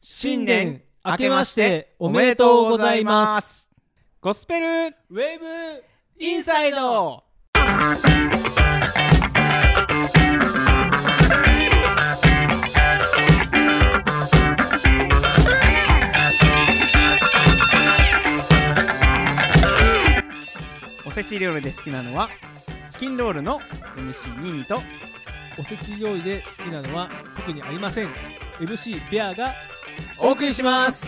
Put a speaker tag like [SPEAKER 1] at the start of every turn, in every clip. [SPEAKER 1] 新年明けましておめでとうございます
[SPEAKER 2] ゴスペル
[SPEAKER 1] ウェーブ
[SPEAKER 2] インサイドおせち料理で好きなのはチキンロールの MC ニーニと
[SPEAKER 1] おせち料理で好きなのは特にありません MC ベアが
[SPEAKER 2] お送りします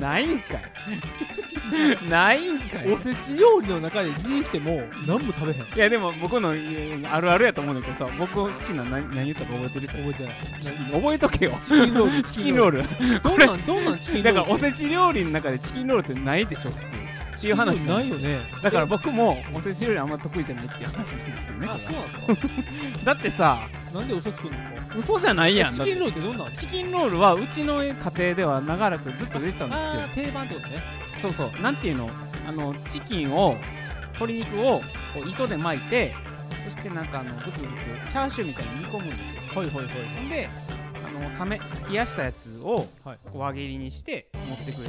[SPEAKER 2] ないんかい ないんかい
[SPEAKER 1] おせち料理の中で見に来ても何も食べへん覚
[SPEAKER 2] いやでも僕のいやあるあるやと思うんだけどさ僕好きなの何何言ったか覚えてるか
[SPEAKER 1] えてない
[SPEAKER 2] チキン覚えとけよ
[SPEAKER 1] チキンロール
[SPEAKER 2] チキンロー
[SPEAKER 1] ル
[SPEAKER 2] ル
[SPEAKER 1] どんなんどんなんチキンロ
[SPEAKER 2] だ
[SPEAKER 1] ール
[SPEAKER 2] からおせち料理の中でチキンロールってないでしょ普通っていう話
[SPEAKER 1] なんい
[SPEAKER 2] です
[SPEAKER 1] よね
[SPEAKER 2] だから僕もおせち料理あんま得意じゃないっていう話なんですけどね
[SPEAKER 1] あそうなんですか
[SPEAKER 2] だってさ
[SPEAKER 1] なんでおせち食うんですか
[SPEAKER 2] 嘘じゃないやん
[SPEAKER 1] チ
[SPEAKER 2] だっ
[SPEAKER 1] キ
[SPEAKER 2] て
[SPEAKER 1] ンロールってどんなん
[SPEAKER 2] チキンロールはうちの家庭では長らくずっと出てたんですよ
[SPEAKER 1] あー定番ってことね
[SPEAKER 2] そうそうなんていうのあのチキンを鶏肉をこう糸で巻いてそしてなんかあのグツグツチャーシューみたいに煮込むんですよ
[SPEAKER 1] はいはいはい
[SPEAKER 2] ほんであの冷め冷やしたやつを
[SPEAKER 1] はい
[SPEAKER 2] こう輪切りにして持ってくれて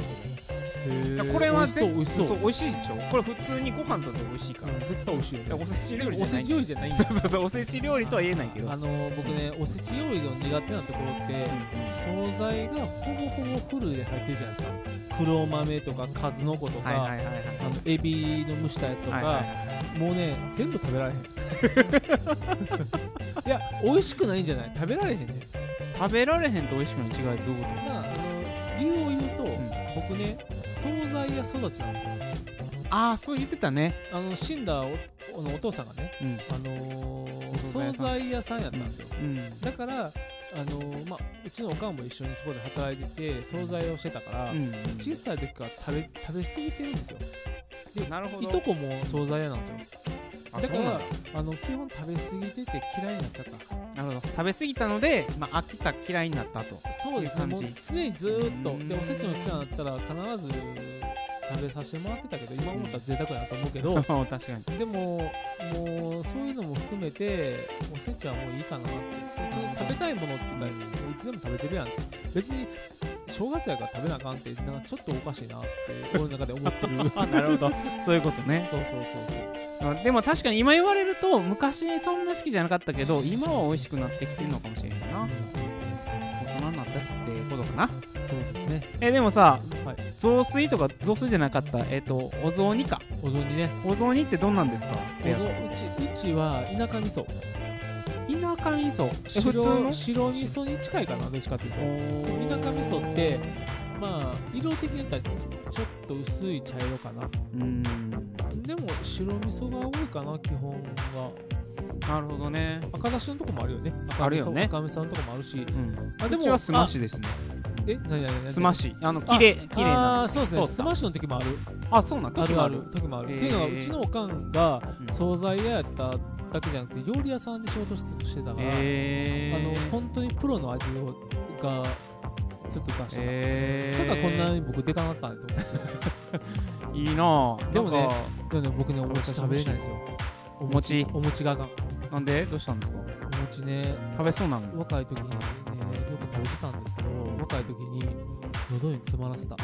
[SPEAKER 1] へ
[SPEAKER 2] る、
[SPEAKER 1] ー
[SPEAKER 2] これは
[SPEAKER 1] 美味しそう美味しそう
[SPEAKER 2] そう美味しいでしょこれ普通にご飯とで美味しいから,、
[SPEAKER 1] うん絶対美味しいよね
[SPEAKER 2] おせち料理じ
[SPEAKER 1] お
[SPEAKER 2] ゃな
[SPEAKER 1] せ
[SPEAKER 2] い
[SPEAKER 1] ち料理じゃないん
[SPEAKER 2] そ
[SPEAKER 1] だ
[SPEAKER 2] うそうそうおせち料理とは言えないけど
[SPEAKER 1] あのー僕ねおせち料理の苦手なところって惣菜がほぼほぼフルで入ってるじゃないですか黒豆とか数の子とか、
[SPEAKER 2] はいはいはいはい
[SPEAKER 1] あのエビの蒸したやつとか、
[SPEAKER 2] はいはいはい
[SPEAKER 1] もうね全部食べられへんい や美味しくないんじゃない食べられへんね
[SPEAKER 2] 食べられへんと美味しくの違いどういうこ
[SPEAKER 1] まああの理由を言うと、
[SPEAKER 2] ん
[SPEAKER 1] 僕ね惣菜屋育ちなんですよ
[SPEAKER 2] とああそう言ってたね
[SPEAKER 1] あの死んだおおのお父さんがね、
[SPEAKER 2] うん
[SPEAKER 1] あのー
[SPEAKER 2] お惣菜屋
[SPEAKER 1] 惣
[SPEAKER 2] さ
[SPEAKER 1] 菜屋さ
[SPEAKER 2] ん
[SPEAKER 1] んやったんですよ、
[SPEAKER 2] うん
[SPEAKER 1] だから、あのーまあ、うちのおかんも一緒にそこで働いてて惣菜をしてたから、
[SPEAKER 2] うん
[SPEAKER 1] 小さい時から食べ食べ過ぎてるんですよ
[SPEAKER 2] なるほ
[SPEAKER 1] い
[SPEAKER 2] ど
[SPEAKER 1] とこも惣菜屋なんですよ
[SPEAKER 2] あ
[SPEAKER 1] だ
[SPEAKER 2] そう
[SPEAKER 1] か
[SPEAKER 2] なん
[SPEAKER 1] らあの基本食べ過ぎてて嫌いになっちゃった
[SPEAKER 2] なるほど食べ過ぎたので、まあ、飽きた嫌いになったと
[SPEAKER 1] そうですね
[SPEAKER 2] い
[SPEAKER 1] も
[SPEAKER 2] い感
[SPEAKER 1] う
[SPEAKER 2] じ
[SPEAKER 1] 常にずーっと
[SPEAKER 2] うん
[SPEAKER 1] でおせちの期間だったら必ず食べさせてもらってたけど今思ったら贅沢だなと思うけど
[SPEAKER 2] 確かに
[SPEAKER 1] でももうそういうのも含めておせちはもういいかなってでそれ食べたいものって言ったらいつでも食べてるやん別に正月やから食べなあかんってなんかちょっとおかしいなって俺の中で思ってる
[SPEAKER 2] あなるほどそういうことね
[SPEAKER 1] そうそうそうそう
[SPEAKER 2] うんでも確かに今言われると昔そんな好きじゃなかったけど今は美味しくなってきてるのかもしれないな大人になったってことかな
[SPEAKER 1] そうですね
[SPEAKER 2] えでもさ
[SPEAKER 1] はい
[SPEAKER 2] 雑炊とか雑炊じゃなかったえっ、とお雑煮か
[SPEAKER 1] お雑煮ね
[SPEAKER 2] お雑煮ってどんなんですか
[SPEAKER 1] お雑うちうちは田舎味噌
[SPEAKER 2] 田舎味噌え普通
[SPEAKER 1] 白
[SPEAKER 2] の
[SPEAKER 1] 白味噌に近いかなどっちかというと田舎味噌ってまあ色的に言ったらちょっと薄い茶色かな
[SPEAKER 2] うーん
[SPEAKER 1] でも白味噌が多いかな基本は
[SPEAKER 2] なるほどね
[SPEAKER 1] 赤だしのとこもあるよね赤味噌
[SPEAKER 2] あるよね
[SPEAKER 1] 赤味噌のとこもあるし
[SPEAKER 2] うん
[SPEAKER 1] あで
[SPEAKER 2] う
[SPEAKER 1] も
[SPEAKER 2] ちはすましですね
[SPEAKER 1] あえ何何何何
[SPEAKER 2] すましあの
[SPEAKER 1] あ
[SPEAKER 2] きれいきれい
[SPEAKER 1] あー
[SPEAKER 2] な
[SPEAKER 1] そうですね
[SPEAKER 2] 通った
[SPEAKER 1] スマッシュの時もある
[SPEAKER 2] あそうなん
[SPEAKER 1] あ
[SPEAKER 2] 時
[SPEAKER 1] る
[SPEAKER 2] も
[SPEAKER 1] あ
[SPEAKER 2] あ
[SPEAKER 1] る
[SPEAKER 2] る
[SPEAKER 1] 時もある、
[SPEAKER 2] へー
[SPEAKER 1] っていうのはうちのおかんが
[SPEAKER 2] うん
[SPEAKER 1] 惣菜屋やっただけじゃなくて料理屋さんで仕事してたから、
[SPEAKER 2] え
[SPEAKER 1] あの
[SPEAKER 2] ー
[SPEAKER 1] 本当にプロの味をがちょっと出したな、
[SPEAKER 2] え
[SPEAKER 1] だ
[SPEAKER 2] ー
[SPEAKER 1] からこんなに僕でかなったんだと思うんですよ
[SPEAKER 2] いいなあ
[SPEAKER 1] でもね
[SPEAKER 2] なんか
[SPEAKER 1] でもね僕ねお餅食べれないんですよお
[SPEAKER 2] 餅
[SPEAKER 1] お餅があかん
[SPEAKER 2] なんでどうしたんですか
[SPEAKER 1] お餅ね
[SPEAKER 2] 食べそうなの
[SPEAKER 1] 若い時にねよく食べてたんですけど若い時に喉に詰まらせた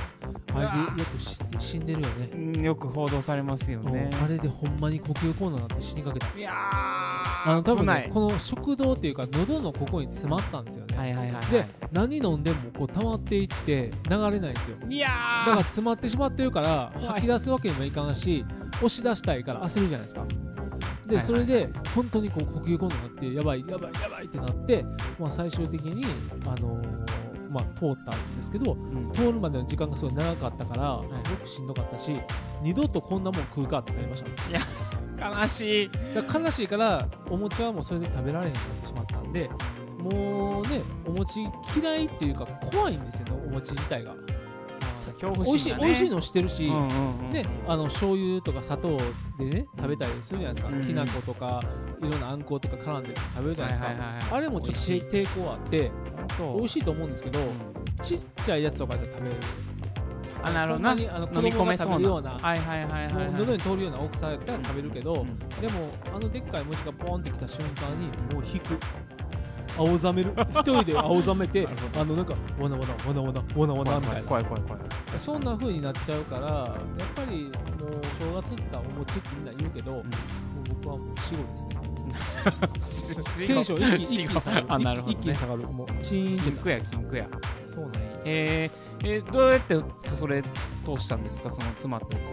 [SPEAKER 1] あれでよくし死んでるよね
[SPEAKER 2] うんよく報道されますよね
[SPEAKER 1] うんあれでほんまに呼吸困難になって死にかけた
[SPEAKER 2] いや
[SPEAKER 1] あの多分、
[SPEAKER 2] ない
[SPEAKER 1] ね、この食道っていうか喉のここに詰まったんですよね、
[SPEAKER 2] はいはいはいはい
[SPEAKER 1] で何飲んでもこう溜まっていって流れないんですよ
[SPEAKER 2] いや
[SPEAKER 1] だ
[SPEAKER 2] ー
[SPEAKER 1] から詰まってしまってるから
[SPEAKER 2] い
[SPEAKER 1] 吐き出すわけにもいかんし押し出したいから焦るじゃないですか
[SPEAKER 2] はいは
[SPEAKER 1] で
[SPEAKER 2] い
[SPEAKER 1] それで本当にこう呼吸困難になってやばいやばいやばいってなって、まあ、最終的に、あのーまあ、通ったんですけど
[SPEAKER 2] うん
[SPEAKER 1] 通るまでの時間がすごい長かったから、
[SPEAKER 2] い
[SPEAKER 1] すごくしんどかったし二度とこんなもん食うかってなりました
[SPEAKER 2] 悲しい
[SPEAKER 1] だから悲しいからお餅はもうそれで食べられへんくなってしまったんでもうねお餅嫌いっていうか怖いんですよねお餅自体が
[SPEAKER 2] 恐怖
[SPEAKER 1] 美味しい
[SPEAKER 2] 心がね
[SPEAKER 1] 美味しいのしてるし、
[SPEAKER 2] うんうんうん
[SPEAKER 1] であの醤油とか砂糖でね食べたりするじゃないですか、
[SPEAKER 2] うん
[SPEAKER 1] きな粉とかいろんなあんことか絡んで食べるじゃないですか、
[SPEAKER 2] はいはいはいはい
[SPEAKER 1] あれもちょっと
[SPEAKER 2] 美味しい
[SPEAKER 1] 抵抗あって
[SPEAKER 2] そう
[SPEAKER 1] 美味しいと思うんですけどちっちゃいやつとかで食べる
[SPEAKER 2] あなるほど
[SPEAKER 1] ほ
[SPEAKER 2] なん
[SPEAKER 1] まにあの
[SPEAKER 2] 飲み込め
[SPEAKER 1] 子
[SPEAKER 2] そう
[SPEAKER 1] 供が食
[SPEAKER 2] な
[SPEAKER 1] べるような
[SPEAKER 2] はいはいはいはい
[SPEAKER 1] もう
[SPEAKER 2] はい
[SPEAKER 1] 喉に通るような大きさやったら食べるけど、
[SPEAKER 2] うん
[SPEAKER 1] でもあのでっかい虫がポンってきた瞬間にもう引く青ざめる一人で青ざめて
[SPEAKER 2] なるほ
[SPEAKER 1] あのなんかわなわなわなわなわなわなみたいな
[SPEAKER 2] 怖い怖い怖い
[SPEAKER 1] そんな風になっちゃうからやっぱりもう正月ってお餅ってみんな言うけど、もう僕はもう死後ですねテンション一気一気に下がる
[SPEAKER 2] あなるほどね
[SPEAKER 1] 一気に下がるもうチーンって
[SPEAKER 2] 金庫や金庫や
[SPEAKER 1] そうなんですよ
[SPEAKER 2] えー、えーどうやってそれ通したんですかその詰まったやつ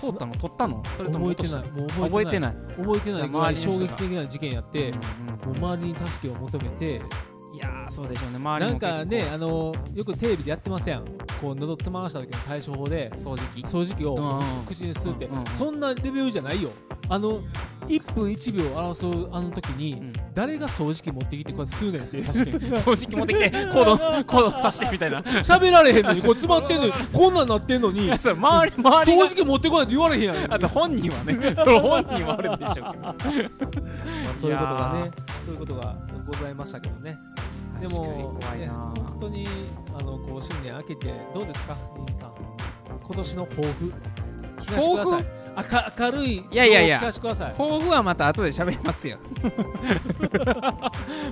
[SPEAKER 2] 通ったの取ったのそれとも
[SPEAKER 1] 覚えてない
[SPEAKER 2] 落
[SPEAKER 1] もう
[SPEAKER 2] とした覚えて
[SPEAKER 1] い
[SPEAKER 2] ない
[SPEAKER 1] 覚えてないぐらい
[SPEAKER 2] じゃあ周り
[SPEAKER 1] 衝
[SPEAKER 2] の人
[SPEAKER 1] 撃
[SPEAKER 2] が
[SPEAKER 1] 的な事件やって、
[SPEAKER 2] うん
[SPEAKER 1] もう周りに助けを求めて
[SPEAKER 2] うんいやーそうでしょうね周
[SPEAKER 1] な
[SPEAKER 2] りも
[SPEAKER 1] ん
[SPEAKER 2] 結構
[SPEAKER 1] かねあのよくテレビでやってませんこう喉詰まらした時の対処法で
[SPEAKER 2] 掃除機
[SPEAKER 1] 掃除機を
[SPEAKER 2] うん
[SPEAKER 1] 口にするって、
[SPEAKER 2] うんうんうん
[SPEAKER 1] そんなレベルじゃないよあの1分1秒を争うあの時に、
[SPEAKER 2] うん
[SPEAKER 1] 誰が掃除機持ってきてこうやってするねんって
[SPEAKER 2] 掃除機持ってきてコー ドコードさしてみたいな
[SPEAKER 1] 喋られへんのにこう詰まってんのにこんなんなってんのに
[SPEAKER 2] いやそれ周り周りが
[SPEAKER 1] 掃除機持ってこないって言われへんやん、
[SPEAKER 2] あと本人は ねそれ本人はあるでしょうけど
[SPEAKER 1] まあそういうことがねそういうことがございましたけどねでも、
[SPEAKER 2] 確かに怖い
[SPEAKER 1] ね、
[SPEAKER 2] な
[SPEAKER 1] 本当にあのこう新年明けてどうですか、リンさん。今年の抱負、聞かせてください。あか明るい情報を
[SPEAKER 2] いやいやいや
[SPEAKER 1] 聞かせてください。
[SPEAKER 2] 抱負はまた後で喋りま すよ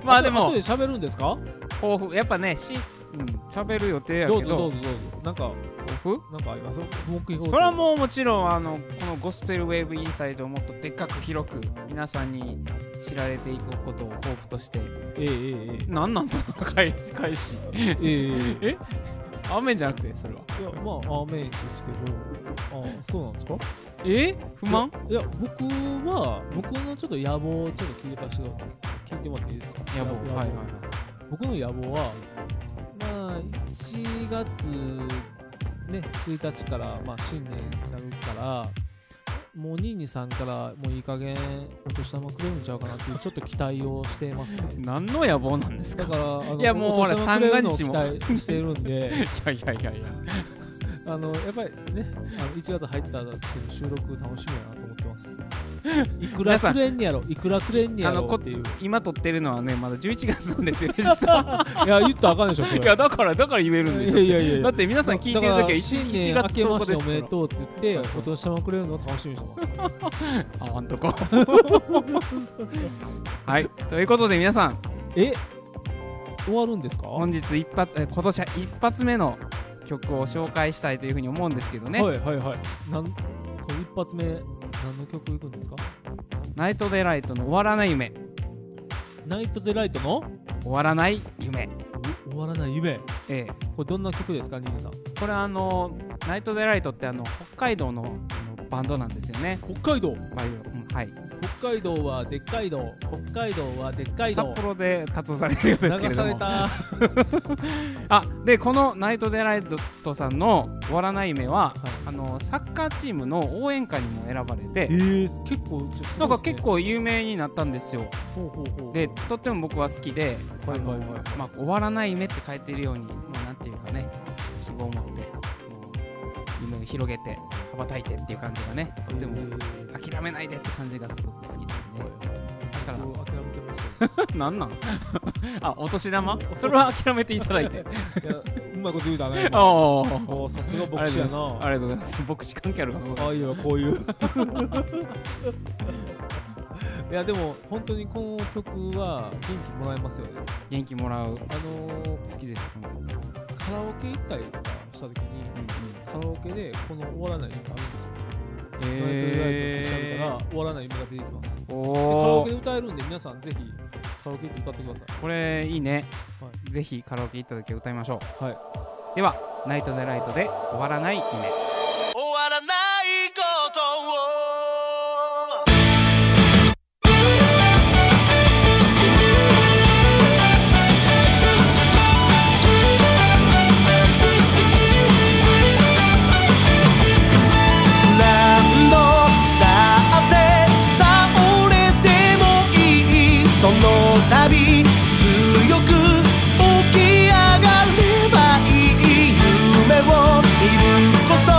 [SPEAKER 2] まあで
[SPEAKER 1] 後
[SPEAKER 2] も
[SPEAKER 1] で喋るんですか？
[SPEAKER 2] 抱負やっぱねし、うん、喋る予定や
[SPEAKER 1] どう
[SPEAKER 2] け
[SPEAKER 1] ぞどう
[SPEAKER 2] ど
[SPEAKER 1] ぞどうぞ。なんか
[SPEAKER 2] 抱負
[SPEAKER 1] なんかあります？目標
[SPEAKER 2] それはもうもちろんあのこのゴスペルウェーブインサイドをもっとでっかく広く皆さんに知られていくことを抱負として
[SPEAKER 1] え ええ
[SPEAKER 2] なんなんその返返し
[SPEAKER 1] ええええええ
[SPEAKER 2] え雨じゃなくてそれはい
[SPEAKER 1] やまあアーメンですけど、あそうなんですか？
[SPEAKER 2] え不満
[SPEAKER 1] いや僕は僕のちょっと野望をちょっと聞いてかして聞いてもらっていいですか？
[SPEAKER 2] やぼうはいはいはい
[SPEAKER 1] 僕の野望は、まあ、1月、ね、1日から、まあ、新年になるから、もうニーニさんからもういい加減お年玉くれるんちゃうかなっていうちょっと期待をしていますね。
[SPEAKER 2] 何の野望なんですか
[SPEAKER 1] だから、あの
[SPEAKER 2] いやもうほ
[SPEAKER 1] お
[SPEAKER 2] ら
[SPEAKER 1] 年玉くれるのを
[SPEAKER 2] 三が
[SPEAKER 1] 期待してるんで、
[SPEAKER 2] いやいやいやいや
[SPEAKER 1] あのやっぱりね、あの1月入ったら収録楽しみやなと思ってます。いくらくれんねやろ、いくらくれんねや
[SPEAKER 2] あの
[SPEAKER 1] ろ
[SPEAKER 2] こ
[SPEAKER 1] っていう。
[SPEAKER 2] 今撮ってるのはねまだ11月なんで すよ実際
[SPEAKER 1] いや、言ったらあかんでしょ、これ
[SPEAKER 2] いやだからだから言えるんでしょ
[SPEAKER 1] いやいやいや
[SPEAKER 2] だって皆さん聞いてる時は
[SPEAKER 1] だから
[SPEAKER 2] 1,
[SPEAKER 1] 新年
[SPEAKER 2] 月
[SPEAKER 1] 明けま
[SPEAKER 2] 10
[SPEAKER 1] し
[SPEAKER 2] 日
[SPEAKER 1] て
[SPEAKER 2] で
[SPEAKER 1] お
[SPEAKER 2] す
[SPEAKER 1] めで
[SPEAKER 2] か
[SPEAKER 1] とうって言ってお年玉くれるのを楽しみにしてます
[SPEAKER 2] らああんとこ はいということで皆さん
[SPEAKER 1] え終わるんですか
[SPEAKER 2] 本日一発え今年一発目の曲を紹介したいというふうに思うんですけどね、
[SPEAKER 1] はいはいはいなんこれ一発目何の曲いくんですか
[SPEAKER 2] ナイト・デ・ライトの「終わらない夢」
[SPEAKER 1] ナイト・デ・ライトの
[SPEAKER 2] 「終わらない夢
[SPEAKER 1] お終わらない夢」
[SPEAKER 2] ええ、
[SPEAKER 1] これどんな曲ですかニーナさん
[SPEAKER 2] これあのナイト・デ・ライトってあの北海道のあのバンドなんですよね
[SPEAKER 1] 北海道
[SPEAKER 2] バイオうんはい
[SPEAKER 1] 北海道はでっかい道北海道はでっかい
[SPEAKER 2] 札
[SPEAKER 1] 道
[SPEAKER 2] 幌で活動されてるようですけ
[SPEAKER 1] 流
[SPEAKER 2] れ
[SPEAKER 1] さ
[SPEAKER 2] ど
[SPEAKER 1] れ
[SPEAKER 2] も
[SPEAKER 1] た
[SPEAKER 2] あでこのナイト・デ・ライトさんの「終わらない夢は」あのサッカーチームの応援歌にも選ばれ
[SPEAKER 1] え
[SPEAKER 2] て
[SPEAKER 1] ー、結構ちょ
[SPEAKER 2] なんか結構有名になったんですよ
[SPEAKER 1] ほうほうほう
[SPEAKER 2] でとっても僕は好きで、
[SPEAKER 1] はいはいはい
[SPEAKER 2] あのまあ、終わらない夢って書いてるように、まあ、なんていうかね希望を持ってもう夢を広げて羽ばたいてっていう感じがねとっても
[SPEAKER 1] え
[SPEAKER 2] 諦めないでって感じがすごく好きですねだから
[SPEAKER 1] ー、僕諦めてますよ
[SPEAKER 2] なんなん あお年玉 それは諦めていただいて
[SPEAKER 1] いやうまいこと言うた ね今
[SPEAKER 2] おー
[SPEAKER 1] おーさすが
[SPEAKER 2] あ
[SPEAKER 1] 牧
[SPEAKER 2] り
[SPEAKER 1] 師
[SPEAKER 2] が
[SPEAKER 1] や
[SPEAKER 2] とう
[SPEAKER 1] な
[SPEAKER 2] ございますありがとうございます牧師関係あるかな
[SPEAKER 1] ああいうのはこう いういやでも本当にこの曲は元気もらえますよね
[SPEAKER 2] 元気もらう
[SPEAKER 1] あのー
[SPEAKER 2] 好きですよね
[SPEAKER 1] カラオケ行ったりとかした時にカラオケでこの終わらない夢があるんですよ、ナイトライトで調べたら終わらない夢が出てきますで
[SPEAKER 2] ー、
[SPEAKER 1] カラオ
[SPEAKER 2] お
[SPEAKER 1] ケ
[SPEAKER 2] ー
[SPEAKER 1] で歌えるんで皆さんぜひカラオケ行って歌ってくださ
[SPEAKER 2] これいいね、
[SPEAKER 1] は
[SPEAKER 2] ぜひカラオケ行った時は歌いましょう、
[SPEAKER 1] はい
[SPEAKER 2] では「ナイト・デ・ライト」で終わらない夢
[SPEAKER 3] 終わらないことを何度だって倒れてもいいその度強く起き上がればいい夢を見ること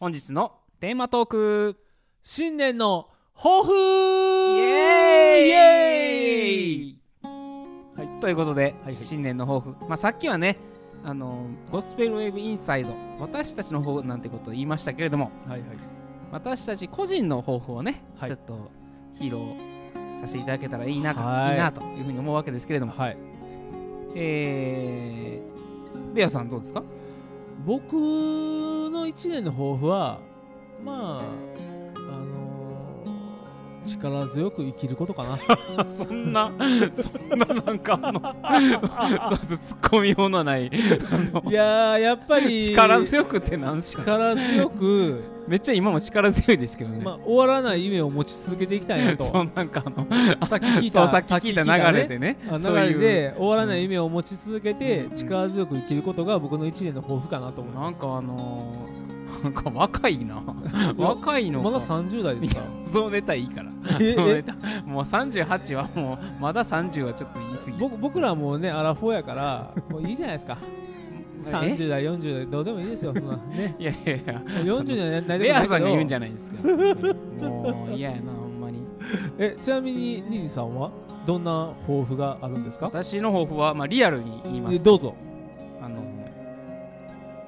[SPEAKER 2] 本日のテーマトーク
[SPEAKER 1] 新年の抱負
[SPEAKER 2] イ
[SPEAKER 1] イエーイ
[SPEAKER 2] イはい、ということで、
[SPEAKER 1] はい
[SPEAKER 2] 新年の抱負、まあ、さっきはねあのゴスペルウェーブインサイド私たちの抱負なんてことを言いましたけれども
[SPEAKER 1] はいはい
[SPEAKER 2] 私たち個人の抱負をね、
[SPEAKER 1] はい
[SPEAKER 2] ちょっと披露させていただけたらいいなと
[SPEAKER 1] はい
[SPEAKER 2] いいなというふうに思うわけですけれども、
[SPEAKER 1] はい
[SPEAKER 2] えー、ベアさんどうですか
[SPEAKER 1] 僕の1年の抱負はまああのー力強く生きることか な
[SPEAKER 2] そんなそんななんか あのちょっとツッコミようのない
[SPEAKER 1] いやーやっぱり
[SPEAKER 2] 力強くってなんですか
[SPEAKER 1] 力強く、
[SPEAKER 2] めっちゃ今も力強いですけどね、
[SPEAKER 1] まあ、終わらない夢を持ち続けていきたいなと
[SPEAKER 2] そうなんかあの
[SPEAKER 1] さっき聞い
[SPEAKER 2] そう
[SPEAKER 1] た
[SPEAKER 2] さっき聞いた流れでね
[SPEAKER 1] あ
[SPEAKER 2] そういう
[SPEAKER 1] 流れで終わらない夢を持ち続けて
[SPEAKER 2] うん
[SPEAKER 1] 力強く生きることが僕の1年の抱負かなと思い
[SPEAKER 2] な
[SPEAKER 1] ま
[SPEAKER 2] ん
[SPEAKER 1] す。
[SPEAKER 2] かあのー、なんか若い な若いの
[SPEAKER 1] ま
[SPEAKER 2] か
[SPEAKER 1] だ30代ですか
[SPEAKER 2] そうネタいいから
[SPEAKER 1] え
[SPEAKER 2] そうネタもう38はもうまだ30はちょっと言い過ぎ
[SPEAKER 1] 僕僕らはもうねアラフォーやからもういいじゃない ですか30代40代どうでもいいですよそんな ね
[SPEAKER 2] えいやいやいや
[SPEAKER 1] 40代になり
[SPEAKER 2] レ
[SPEAKER 1] た
[SPEAKER 2] ア
[SPEAKER 1] く
[SPEAKER 2] さ
[SPEAKER 1] なんい
[SPEAKER 2] が言うん
[SPEAKER 1] け
[SPEAKER 2] じ
[SPEAKER 1] ど
[SPEAKER 2] ゃないですかもう嫌やなほんまに
[SPEAKER 1] えちなみにニニさんはどんな抱負があるんですか
[SPEAKER 2] 私の抱負は、まあ、リアルに言いま
[SPEAKER 1] え
[SPEAKER 2] す
[SPEAKER 1] どうぞ
[SPEAKER 2] あの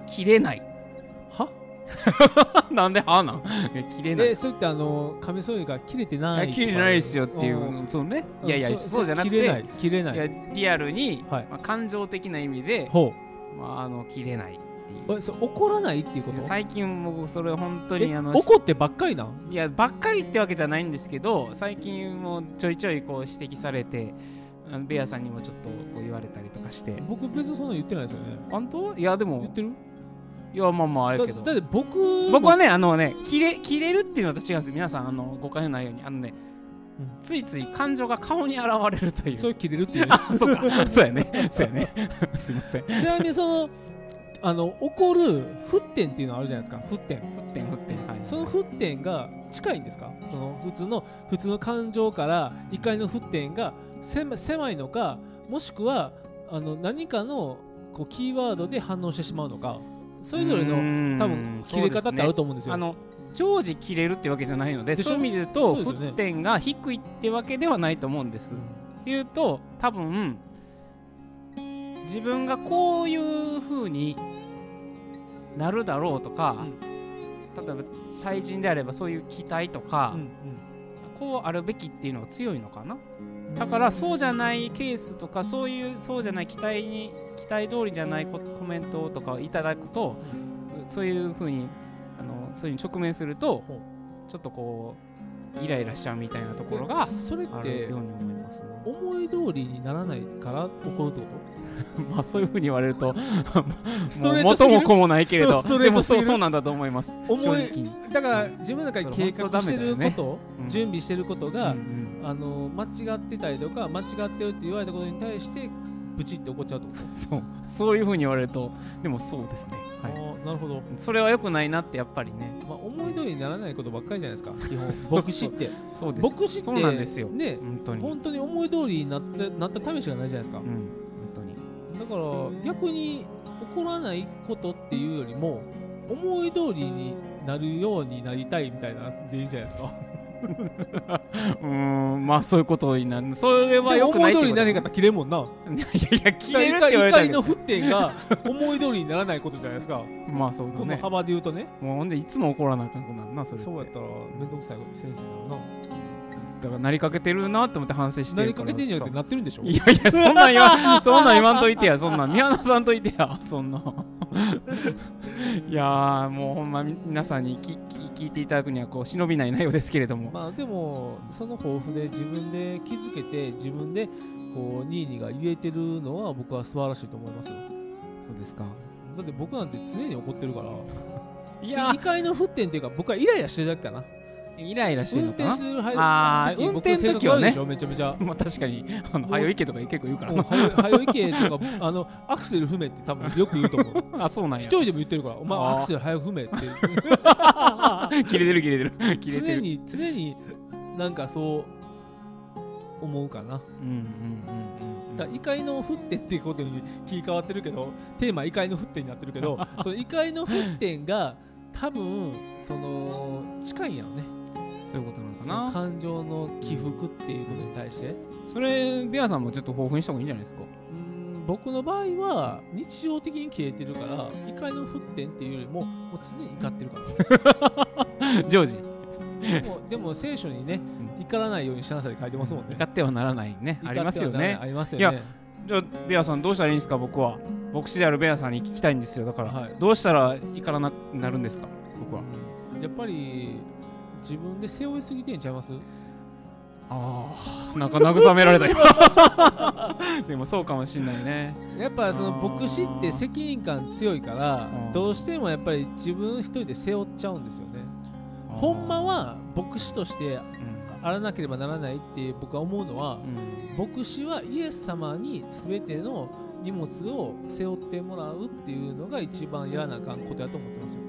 [SPEAKER 2] 切れない
[SPEAKER 1] は
[SPEAKER 2] なんで歯なんいや切れない
[SPEAKER 1] えそういってあのカミソリが切れて
[SPEAKER 2] い
[SPEAKER 1] な
[SPEAKER 2] や
[SPEAKER 1] い
[SPEAKER 2] 切れないですよってい
[SPEAKER 1] ん
[SPEAKER 2] うそうねいやいやそうじゃなくて
[SPEAKER 1] 切れない切れない
[SPEAKER 2] いやリアルに、
[SPEAKER 1] はい
[SPEAKER 2] まあ、感情的な意味で、
[SPEAKER 1] ほ
[SPEAKER 2] まあ、あの切れないっていう
[SPEAKER 1] うえそれ怒らないっていうこと
[SPEAKER 2] 最近僕それ本当に
[SPEAKER 1] え
[SPEAKER 2] あの
[SPEAKER 1] 怒ってばっかりなん
[SPEAKER 2] いやばっかりってわけじゃないんですけど最近もちょいちょいこう指摘されてあのベアさんにもちょっとこう言われたりとかして
[SPEAKER 1] 僕別にそんなの言ってないですよね
[SPEAKER 2] 本当いやで
[SPEAKER 1] 言っ
[SPEAKER 2] も
[SPEAKER 1] てる
[SPEAKER 2] いやまあまああれやけ
[SPEAKER 1] だだっ
[SPEAKER 2] ど
[SPEAKER 1] て僕も
[SPEAKER 2] 僕はねあのね切れ切れるっていうのと違うんです皆さんあの誤解のないようにあのね、
[SPEAKER 1] う
[SPEAKER 2] ついつい感情が顔に現れるという
[SPEAKER 1] それ切れるっていう
[SPEAKER 2] あ そうかそうやねそうやね すいません
[SPEAKER 1] ちなみにそのあの怒る沸点っていうのあるじゃないですか沸点
[SPEAKER 2] ふってんふってんはい
[SPEAKER 1] その沸点が近いんですかその普通の普通の感情から怒りの沸点が狭狭いのかもしくはあの何かのこうキーワードで反応してしまうのかそれぞれ
[SPEAKER 2] う
[SPEAKER 1] の
[SPEAKER 2] ーん
[SPEAKER 1] 多分切れ方ってあると思うんですよ
[SPEAKER 2] あの常時切れるってわけじゃないので
[SPEAKER 1] でしょ
[SPEAKER 2] そういう意味で言う
[SPEAKER 1] そ
[SPEAKER 2] と
[SPEAKER 1] うですよね
[SPEAKER 2] 沸点が低いってわけではないと思うんです。っていうと多分自分がこういう風になるだろうとか、例えば対人であればそういう期待とか
[SPEAKER 1] うん、
[SPEAKER 2] こうあるべきっていうのが強いのかな。だからそうじゃないケースとかそういうそうじゃない期待に期待通りじゃないココメントとかをいただくとそういうふうにあのそういうふうに直面すると
[SPEAKER 1] ほう
[SPEAKER 2] ちょっとこうイライラしちゃうみたいなと
[SPEAKER 1] うん
[SPEAKER 2] ころが
[SPEAKER 1] えそれっ
[SPEAKER 2] ある
[SPEAKER 1] て
[SPEAKER 2] ように思いますね。
[SPEAKER 1] 思い通りにならないから怒るってこ
[SPEAKER 2] まあそういうふうに言われると
[SPEAKER 1] とス
[SPEAKER 2] も
[SPEAKER 1] ト
[SPEAKER 2] う
[SPEAKER 1] レートす
[SPEAKER 2] 元
[SPEAKER 1] ぎる
[SPEAKER 2] も子もないけれど
[SPEAKER 1] スト
[SPEAKER 2] で
[SPEAKER 1] レート
[SPEAKER 2] も
[SPEAKER 1] すぎ
[SPEAKER 2] そ
[SPEAKER 1] る
[SPEAKER 2] うそうなんだと思います。正
[SPEAKER 1] 思い
[SPEAKER 2] 直に、
[SPEAKER 1] だから自分の中で計画してることを、
[SPEAKER 2] うん
[SPEAKER 1] 準備してることが、
[SPEAKER 2] うんうん
[SPEAKER 1] あの間違ってたりとか間違ってるって言われたことに対してブチって怒っちゃうってこと
[SPEAKER 2] そうそういうふうに言われるとでもそうですね。
[SPEAKER 1] あ
[SPEAKER 2] はい、
[SPEAKER 1] ーなるほど、
[SPEAKER 2] それは良くないなってやっぱりね。
[SPEAKER 1] まあ、思い通りにならないことばっかりじゃないですか基本牧師って
[SPEAKER 2] そうです。
[SPEAKER 1] 牧師って
[SPEAKER 2] そうなんですよ。
[SPEAKER 1] ね
[SPEAKER 2] 本当に。
[SPEAKER 1] 本当に思い通りになったなった試しがないじゃないですか
[SPEAKER 2] うん、本当に。
[SPEAKER 1] だから逆に怒らないことっていうよりも思い通りになるようになりたいみたいなんでいいんじゃないです か
[SPEAKER 2] うーん、まあそういうことになる。それは
[SPEAKER 1] で
[SPEAKER 2] よく
[SPEAKER 1] 思
[SPEAKER 2] ないいっ
[SPEAKER 1] 通り
[SPEAKER 2] てこ
[SPEAKER 1] に
[SPEAKER 2] と
[SPEAKER 1] な
[SPEAKER 2] だ
[SPEAKER 1] れへ
[SPEAKER 2] ね。
[SPEAKER 1] んかったら切れんもんない
[SPEAKER 2] やいや、切れるって言われ
[SPEAKER 1] 怒
[SPEAKER 2] た
[SPEAKER 1] り
[SPEAKER 2] け
[SPEAKER 1] の
[SPEAKER 2] ど。
[SPEAKER 1] 沸点が思い通りにならないことじゃないですか
[SPEAKER 2] まあそうだ
[SPEAKER 1] この
[SPEAKER 2] ね。
[SPEAKER 1] 幅で言うとね
[SPEAKER 2] もうほんでいつも怒らなあかんくなるな、それって。
[SPEAKER 1] そうやったら面倒くさい先生になるな
[SPEAKER 2] だからなりかけてるなって思って反省して
[SPEAKER 1] な
[SPEAKER 2] る
[SPEAKER 1] り
[SPEAKER 2] か。
[SPEAKER 1] からけてんじゃなくて
[SPEAKER 2] そう
[SPEAKER 1] なってるんでしょ
[SPEAKER 2] いやいや、そんなん言わん、そんなん言わんといてや、そんなん。宮野さんといてや、そんな。 いやー、もうほんま皆さんにきき聞いていただくにはこう忍びない内容ですけれども。
[SPEAKER 1] まあでもその抱負で自分で気づけて自分でこうニーニーが言えてるのは僕は素晴らしいと思いますよ
[SPEAKER 2] そうですか。
[SPEAKER 1] だって僕なんて常に怒ってるから
[SPEAKER 2] い
[SPEAKER 1] で異界の沸点っていうか僕はイライラしてるだけかな
[SPEAKER 2] イライラしてる
[SPEAKER 1] 運
[SPEAKER 2] のか
[SPEAKER 1] 転
[SPEAKER 2] な
[SPEAKER 1] してるはい
[SPEAKER 2] あー
[SPEAKER 1] 時
[SPEAKER 2] 運転の
[SPEAKER 1] 僕
[SPEAKER 2] 時
[SPEAKER 1] 性格
[SPEAKER 2] はね
[SPEAKER 1] 悪いでしょめちゃめちゃ
[SPEAKER 2] まあ確かに、あの、
[SPEAKER 1] もう
[SPEAKER 2] 早いけとか結構言うから
[SPEAKER 1] もう
[SPEAKER 2] な。
[SPEAKER 1] 早い早いけとかあのアクセル踏めって多分よく言うと思う
[SPEAKER 2] あ、そうなんや
[SPEAKER 1] 一。人でも言ってるからお前
[SPEAKER 2] あー
[SPEAKER 1] アクセル早く踏めって
[SPEAKER 2] 切れてる切れてる。切れ て
[SPEAKER 1] 常
[SPEAKER 2] る。
[SPEAKER 1] に常になんかそう思うかな
[SPEAKER 2] うんうんうんう
[SPEAKER 1] だ
[SPEAKER 2] ん。
[SPEAKER 1] から怒りの沸点っていう ことに切り替わってるけどテーマ怒りの沸点になってるけどその怒りの沸点が多分その近いんやろね
[SPEAKER 2] そういうことなのか
[SPEAKER 1] その
[SPEAKER 2] な
[SPEAKER 1] 感情の起伏っていうことに対して、
[SPEAKER 2] それベアさんもちょっと豊富にした方がいいんじゃない ですか
[SPEAKER 1] うん僕の場合は日常的に消えてるから怒りの沸点っていうよりももう常に怒ってるから
[SPEAKER 2] ジョージ
[SPEAKER 1] でもでも聖書にね
[SPEAKER 2] う
[SPEAKER 1] 怒らないようにしなさいって書いてますもんね
[SPEAKER 2] 怒。ってはならないねありますよね
[SPEAKER 1] ありますよね。
[SPEAKER 2] じゃあベアさんどうしたらいいんですか僕は牧師であるベアさんに聞きたいんですよだから、
[SPEAKER 1] はい
[SPEAKER 2] どうしたら怒らなくなるんですか僕は
[SPEAKER 1] うんやっぱり自分で背負いすぎてんちゃいます
[SPEAKER 2] ああなんか慰められ たよ でもそうかもしんないね
[SPEAKER 1] やっぱその
[SPEAKER 2] あー
[SPEAKER 1] 牧師って責任感強いから
[SPEAKER 2] うん
[SPEAKER 1] どうしてもやっぱり自分一人で背負っちゃうんですよね。 ほんまは牧師として
[SPEAKER 2] うん
[SPEAKER 1] あらなければならないって僕は思うのは
[SPEAKER 2] うん
[SPEAKER 1] 牧師はイエス様に全ての荷物を背負ってもらうっていうのが一番やらなあかんことやと思ってますよ。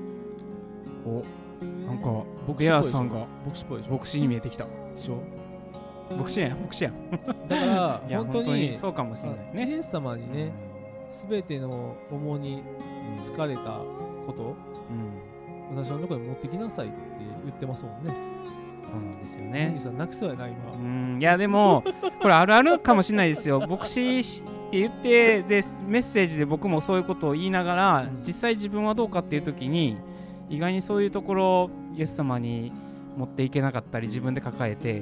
[SPEAKER 2] おなんか
[SPEAKER 1] 牧師
[SPEAKER 2] ベ
[SPEAKER 1] っぽい
[SPEAKER 2] ア
[SPEAKER 1] でし
[SPEAKER 2] さん
[SPEAKER 1] ょ
[SPEAKER 2] が
[SPEAKER 1] 牧師っぽいでしょ
[SPEAKER 2] 牧師に見えてきた
[SPEAKER 1] でしょ
[SPEAKER 2] 牧師やん牧師やん
[SPEAKER 1] だか
[SPEAKER 2] い
[SPEAKER 1] ら
[SPEAKER 2] や
[SPEAKER 1] 本当に
[SPEAKER 2] そうかもしんないね
[SPEAKER 1] イエス様にね全ての重荷
[SPEAKER 2] うん
[SPEAKER 1] 疲れたことを
[SPEAKER 2] うん
[SPEAKER 1] 私のところに持ってきなさいって言ってますもんね。
[SPEAKER 2] そうなんですよ
[SPEAKER 1] ね
[SPEAKER 2] ね
[SPEAKER 1] さん泣きそうやな
[SPEAKER 2] う
[SPEAKER 1] 今。
[SPEAKER 2] んいやでもこれあるあるかもしれないですよ 牧師って言ってでメッセージで僕もそういうことを言いながら、
[SPEAKER 1] うん
[SPEAKER 2] 実際自分はどうかっていう時に意外にそういうところをイエス様に持っていけなかったり自分で抱えて、
[SPEAKER 1] いやい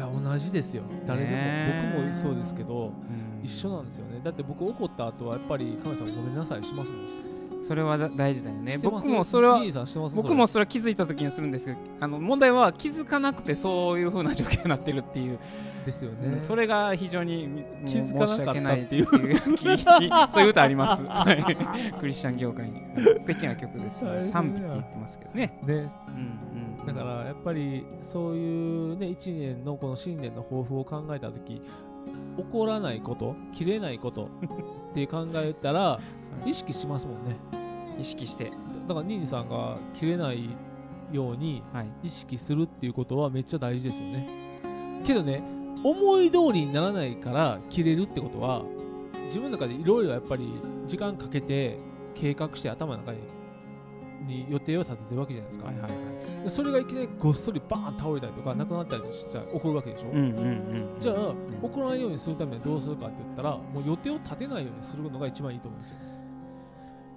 [SPEAKER 1] や同じですよ誰でも、
[SPEAKER 2] ね
[SPEAKER 1] 僕もそうですけど
[SPEAKER 2] うん
[SPEAKER 1] 一緒なんですよねだって僕怒った後はやっぱり神様ごめんなさいしますもん
[SPEAKER 2] それはだ大事だよね
[SPEAKER 1] してます
[SPEAKER 2] 僕もそれは
[SPEAKER 1] リリーさんしてます
[SPEAKER 2] 僕もそれは気づいた時にするんですけどあの問題は気づかなくてそういう風な状況になってるってい
[SPEAKER 1] そ
[SPEAKER 2] う
[SPEAKER 1] れですよね
[SPEAKER 2] それが非常にもう
[SPEAKER 1] 気づかなかったっていう
[SPEAKER 2] 申し訳ないっていうそういう歌あり ますはいクリスチャン業界に素敵な曲です
[SPEAKER 1] 大変 や
[SPEAKER 2] 賛美って言ってますけどね、
[SPEAKER 1] ね
[SPEAKER 2] うんうん、
[SPEAKER 1] だからやっぱりそういうね1年のこの新年の抱負を考えた時怒らないこと切れないことって考えた ら
[SPEAKER 2] い
[SPEAKER 1] 意識しますもんね
[SPEAKER 2] 意識して、
[SPEAKER 1] だだからニーニさんが切れないように
[SPEAKER 2] はい、
[SPEAKER 1] 意識するっていうことはめっちゃ大事ですよねけどね思い通りにならないから切れるってことは自分の中でいろいろやっぱり時間かけて計画して頭の中にに予定を立ててるわけじゃないですか、
[SPEAKER 2] はいはいはい
[SPEAKER 1] でそれがいきなりごっそりバーン倒れたりとかなくなったりしたら起こるわけでしょ、
[SPEAKER 2] うんうんうん
[SPEAKER 1] じゃあ怒らないようにするためにはどうするかって言ったらもう予定を立てないようにするのが一番いいと思うんですよ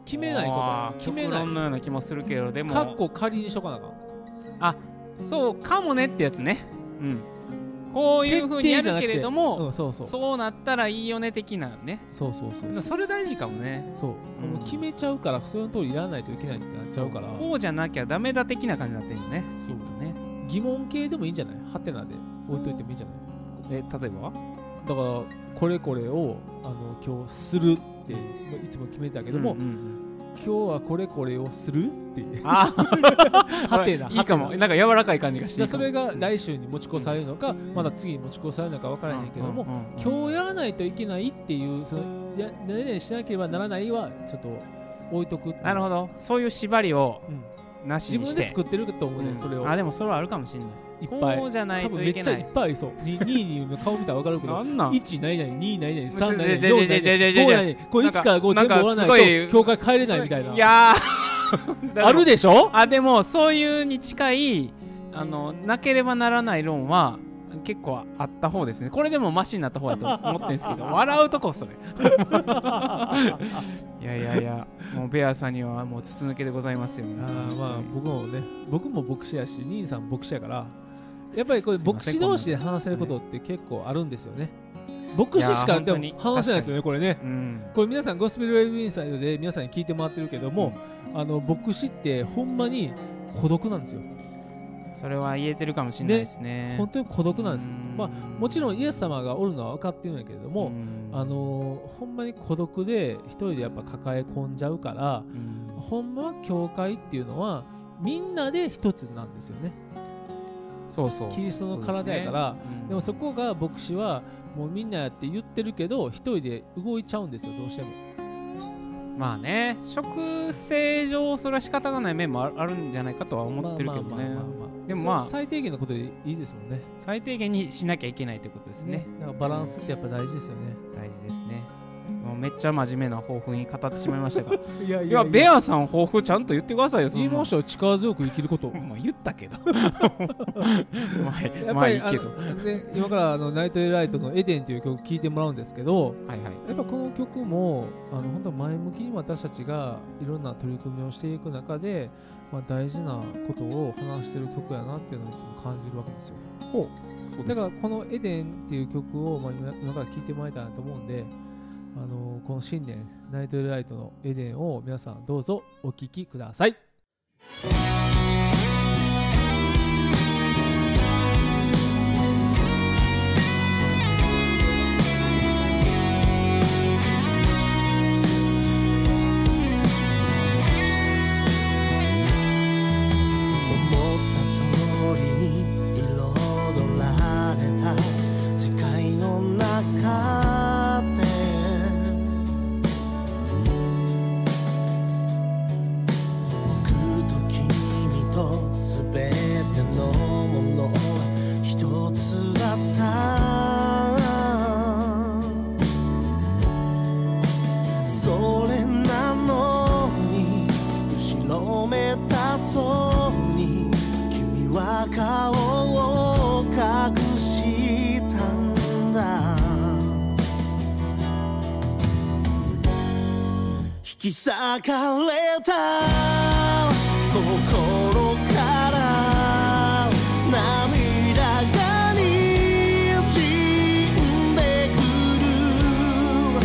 [SPEAKER 1] 決めないこと決めな
[SPEAKER 2] 極論
[SPEAKER 1] い
[SPEAKER 2] のような気もするけどで
[SPEAKER 1] かっ
[SPEAKER 2] も
[SPEAKER 1] こ仮にしとかなあかん
[SPEAKER 2] そうかもねってやつね、うん、こういう風にやるけれど
[SPEAKER 1] う
[SPEAKER 2] も、
[SPEAKER 1] ん、そうそうそう
[SPEAKER 2] そうなったらいいよね的なね
[SPEAKER 1] そうそうそう
[SPEAKER 2] それ大事かもね
[SPEAKER 1] そう、
[SPEAKER 2] うん
[SPEAKER 1] もう決めちゃうからその通りやらないといけないってなっちゃうから
[SPEAKER 2] こうじゃなきゃダメだ的な感じになってるよね
[SPEAKER 1] そう
[SPEAKER 2] きっとね
[SPEAKER 1] 疑問系でもいいんじゃないハテナで置いといてもいいんじゃない
[SPEAKER 2] え例え
[SPEAKER 1] だ
[SPEAKER 2] ば
[SPEAKER 1] からこれこれをあの今日するっていつも決めてたけども、
[SPEAKER 2] うんうんうん
[SPEAKER 1] 今日はこれこれをするってい う
[SPEAKER 2] あ
[SPEAKER 1] ハテナ
[SPEAKER 2] いいかもなんか柔らかい感じがして
[SPEAKER 1] じ
[SPEAKER 2] い
[SPEAKER 1] ゃ
[SPEAKER 2] い
[SPEAKER 1] あ
[SPEAKER 2] か
[SPEAKER 1] そ
[SPEAKER 2] も
[SPEAKER 1] れが来週に持ち越されるのか、まだ次に持ち越されるのか分からへんけども、
[SPEAKER 2] うんうんうん
[SPEAKER 1] 今日やらないといけないっていうそのや何々しなければならないはちょっと置いとく
[SPEAKER 2] なる
[SPEAKER 1] ほ
[SPEAKER 2] ほどそういう縛りを
[SPEAKER 1] ど、うん
[SPEAKER 2] なし
[SPEAKER 1] 自
[SPEAKER 2] に
[SPEAKER 1] 分
[SPEAKER 2] して
[SPEAKER 1] で作ってると思うね、
[SPEAKER 2] うん
[SPEAKER 1] それを
[SPEAKER 2] あでもそれはあるかもしれない
[SPEAKER 1] いっぱい
[SPEAKER 2] こうじゃない
[SPEAKER 1] 多分
[SPEAKER 2] と
[SPEAKER 1] め
[SPEAKER 2] い
[SPEAKER 1] っ
[SPEAKER 2] け
[SPEAKER 1] ちゃ
[SPEAKER 2] ない
[SPEAKER 1] いっぱいありそう。2位に顔見たら分かるけど、
[SPEAKER 2] んなん
[SPEAKER 1] 1ないない、2ないない、3
[SPEAKER 2] ちょ
[SPEAKER 1] ないない、
[SPEAKER 2] ちょ
[SPEAKER 1] 4ない
[SPEAKER 2] ちょち
[SPEAKER 1] な
[SPEAKER 2] ょ
[SPEAKER 1] い、
[SPEAKER 2] ちょ
[SPEAKER 1] 5ないない、これ1から5
[SPEAKER 2] な
[SPEAKER 1] 全部
[SPEAKER 2] んか
[SPEAKER 1] 終わらないと、教会帰れないみたいな。
[SPEAKER 2] や ー
[SPEAKER 1] あるでしょ
[SPEAKER 2] あでもそういうに近いあのなければならない論は結構あった方ですねこれでもマシになった方だと思ってるんですけ ど笑うとこそれ いやいやいやもうベアさんにはもう筒抜けでございますよ
[SPEAKER 1] あ
[SPEAKER 2] 皆さん
[SPEAKER 1] ーまあ僕もね、僕も牧師やし、兄さんも牧師やから、やっぱりこれ牧師同士で話せることって結構あるんですよね。牧師し
[SPEAKER 2] いや
[SPEAKER 1] か
[SPEAKER 2] ー
[SPEAKER 1] で
[SPEAKER 2] 本当に
[SPEAKER 1] も話せないですよね、これね。
[SPEAKER 2] うん
[SPEAKER 1] これ皆さん、ゴスペルウェブインサイドで皆さんに聞いてもらってるけども、あの牧師ってほんまに孤独なんですよ。
[SPEAKER 2] それは言えてるかもしれないですね。
[SPEAKER 1] 本当に孤独なんです。まあもちろんイエス様がおるのは分かってるんやけれど
[SPEAKER 2] ろ
[SPEAKER 1] も、あ、のーほんまに孤独で一人でやっぱ抱え込んじゃうから
[SPEAKER 2] うん
[SPEAKER 1] ほんまは教会っていうのはみんなで一つなんですよね
[SPEAKER 2] そうそう。
[SPEAKER 1] キリストの体やから
[SPEAKER 2] そうですね、うん
[SPEAKER 1] でもそこが牧師はもうみんなやって言ってるけど一人で動いちゃうんですよどうしても
[SPEAKER 2] まあね、職制上それは仕方がない面もああるんじゃないかとは思ってるけどね。でもまあ
[SPEAKER 1] そう最低限のことでいいですもんね
[SPEAKER 2] 最低限にしなきゃいけないってことですね。
[SPEAKER 1] なんかバランスってやっぱ大事ですよね
[SPEAKER 2] 大事ですね。もうめっちゃ真面目な抱負に語ってしまいましたが い
[SPEAKER 1] いやい
[SPEAKER 2] やベアさん抱負ちゃんと言ってくださいよそん
[SPEAKER 1] 言
[SPEAKER 2] ない
[SPEAKER 1] ましたよ力強く生きること
[SPEAKER 2] まあ言った けどま
[SPEAKER 1] や
[SPEAKER 2] あ
[SPEAKER 1] っ
[SPEAKER 2] まあ
[SPEAKER 1] ぱ
[SPEAKER 2] いい
[SPEAKER 1] り
[SPEAKER 2] けど
[SPEAKER 1] あのね今からあのナイト・エライトの「エデン」という曲聴いてもらうんですけど
[SPEAKER 2] はいはい
[SPEAKER 1] やっぱこの曲もあの本当前向きに私たちがいろんな取り組みをしていく中で、まあ、大事なことを話してる曲やなっていうのをいつも感じるわけですよだからこの「エデン」っていう曲を、まあ、今今から聴いてもらいたいなと思うんであのこの新年ナイト・エライトの「エデン」を皆さんどうぞお聴きください
[SPEAKER 3] 思った通りに彩られた世界の中で僕と君と全てのもの一つだったそれなのに後ろめたそうに君は顔を隠したんだ引き裂かれた心から涙が滲んでくる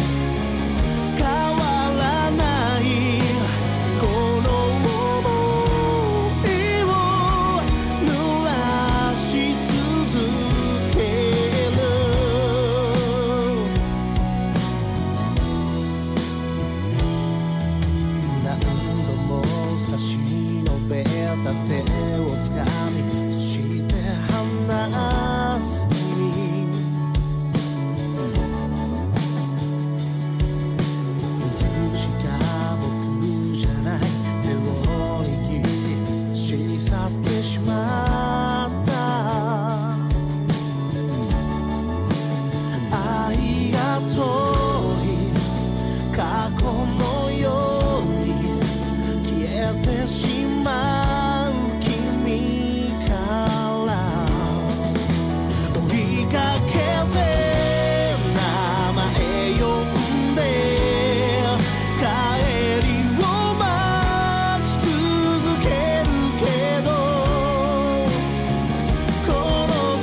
[SPEAKER 3] 変わらないこの想いを濡らし続ける何度も差し伸べた手を掴みそして離す君いつしか僕じゃない手を握り走り去ってしまった愛が遠い過去のように消えてしまう君から追いかけて名前呼んで帰りを待ち続けるけどこの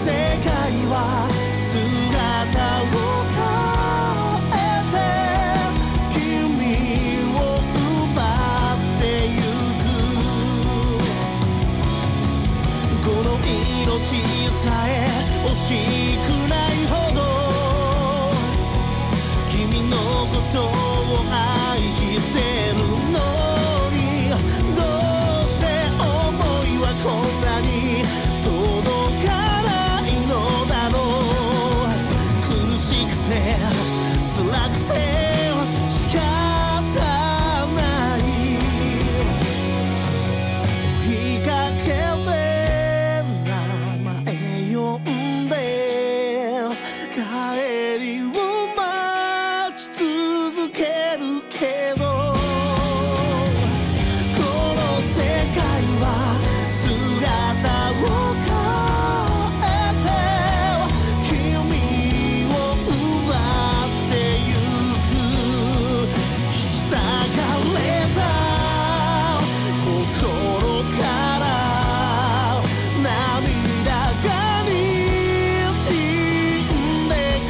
[SPEAKER 3] 世界は姿を変えて君を奪ってゆくこの命さえ惜しくないほど君のことを愛してるのにどうして思いはこんなに届かないのだろう苦しくて辛くて仕方ない引っ掛けて名前呼んで帰りを待ち続けるけどこの世界は姿を変えて君を奪ってゆく引き裂かれた心から涙が滲んでく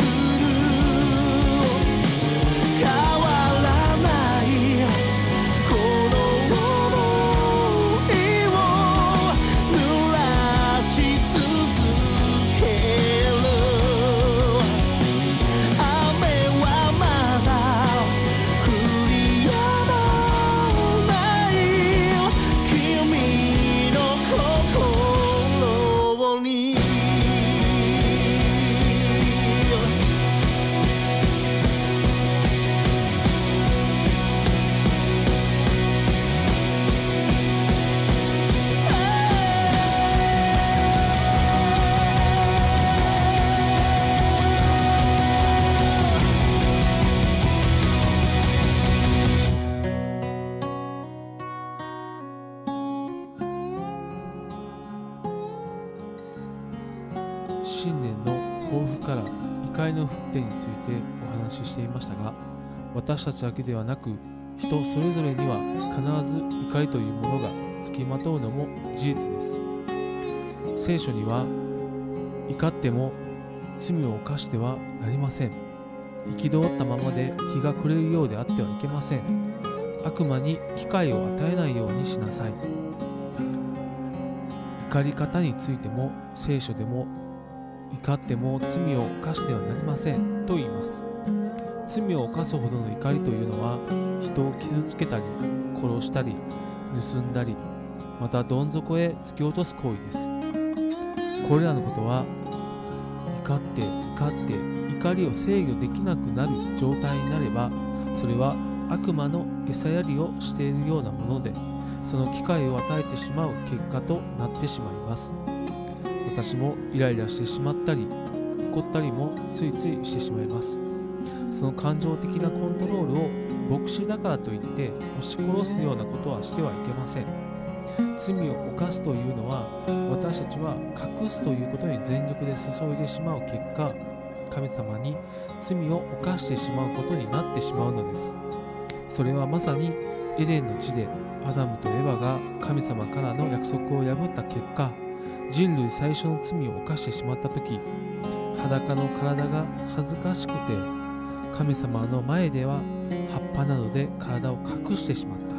[SPEAKER 3] る
[SPEAKER 1] 点についてお話ししていましたが私たちだけではなく人それぞれには必ず怒りというものがつきまとうのも事実です聖書には怒っても罪を犯してはなりません憤ったままで日が暮れるようであってはいけません悪魔に機会を与えないようにしなさい怒り方についても聖書でも怒っても罪を犯してはなりませんと言います罪を犯すほどの怒りというのは人を傷つけたり殺したり盗んだりまたどん底へ突き落とす行為ですこれらのことは怒って怒って怒りを制御できなくなる状態になればそれは悪魔の餌やりをしているようなものでその機会を与えてしまう結果となってしまいます私もイライラしてしまったり怒ったりもついついしてしまいますその感情的なコントロールを牧師だからといって押し殺すようなことはしてはいけません罪を犯すというのは私たちは隠すということに全力で注いでしまう結果神様に罪を犯してしまうことになってしまうのですそれはまさにエデンの地でアダムとエヴァが神様からの約束を破った結果人類最初の罪を犯してしまった時裸の体が恥ずかしくて神様の前では葉っぱなどで体を隠してしまった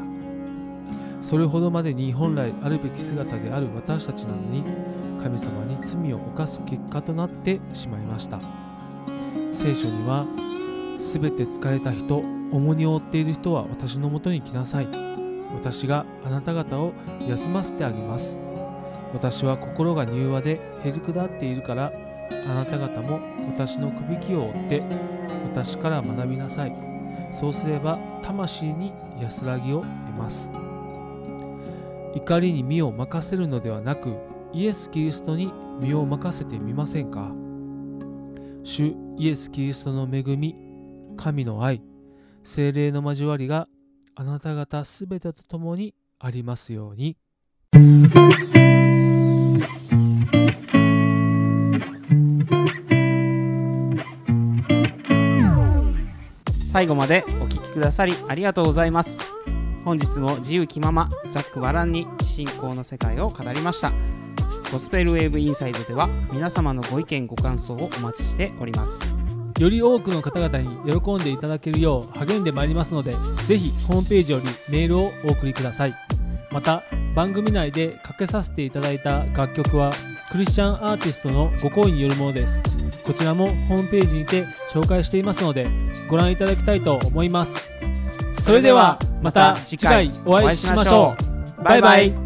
[SPEAKER 1] それほどまでに本来あるべき姿である私たちなのに神様に罪を犯す結果となってしまいました聖書には「すべて疲れた人重荷を負っている人は私のもとに来なさい私があなた方を休ませてあげます私は心が柔和でへりくだっているからあなた方も私のくびきを追って私から学びなさいそうすれば魂に安らぎを得ます怒りに身を任せるのではなくイエス・キリストに身を任せてみませんか主イエス・キリストの恵み神の愛精霊の交わりがあなた方すべてとともにありますように
[SPEAKER 2] 最後までお聞きくださりありがとうございます本日も自由気ままざっくばらんに信仰の世界を語りましたゴスペルウェーブインサイドでは皆様のご意見ご感想をお待ちしております
[SPEAKER 1] より多くの方々に喜んでいただけるよう励んでまいりますのでぜひホームページよりメールをお送りくださいまた番組内でかけさせていただいた楽曲はクリスチャンアーティストのご好意によるものですこちらもホームページにて紹介していますのでご覧いただきたいと思いますそれではまた次回お会いしましょうバイバイ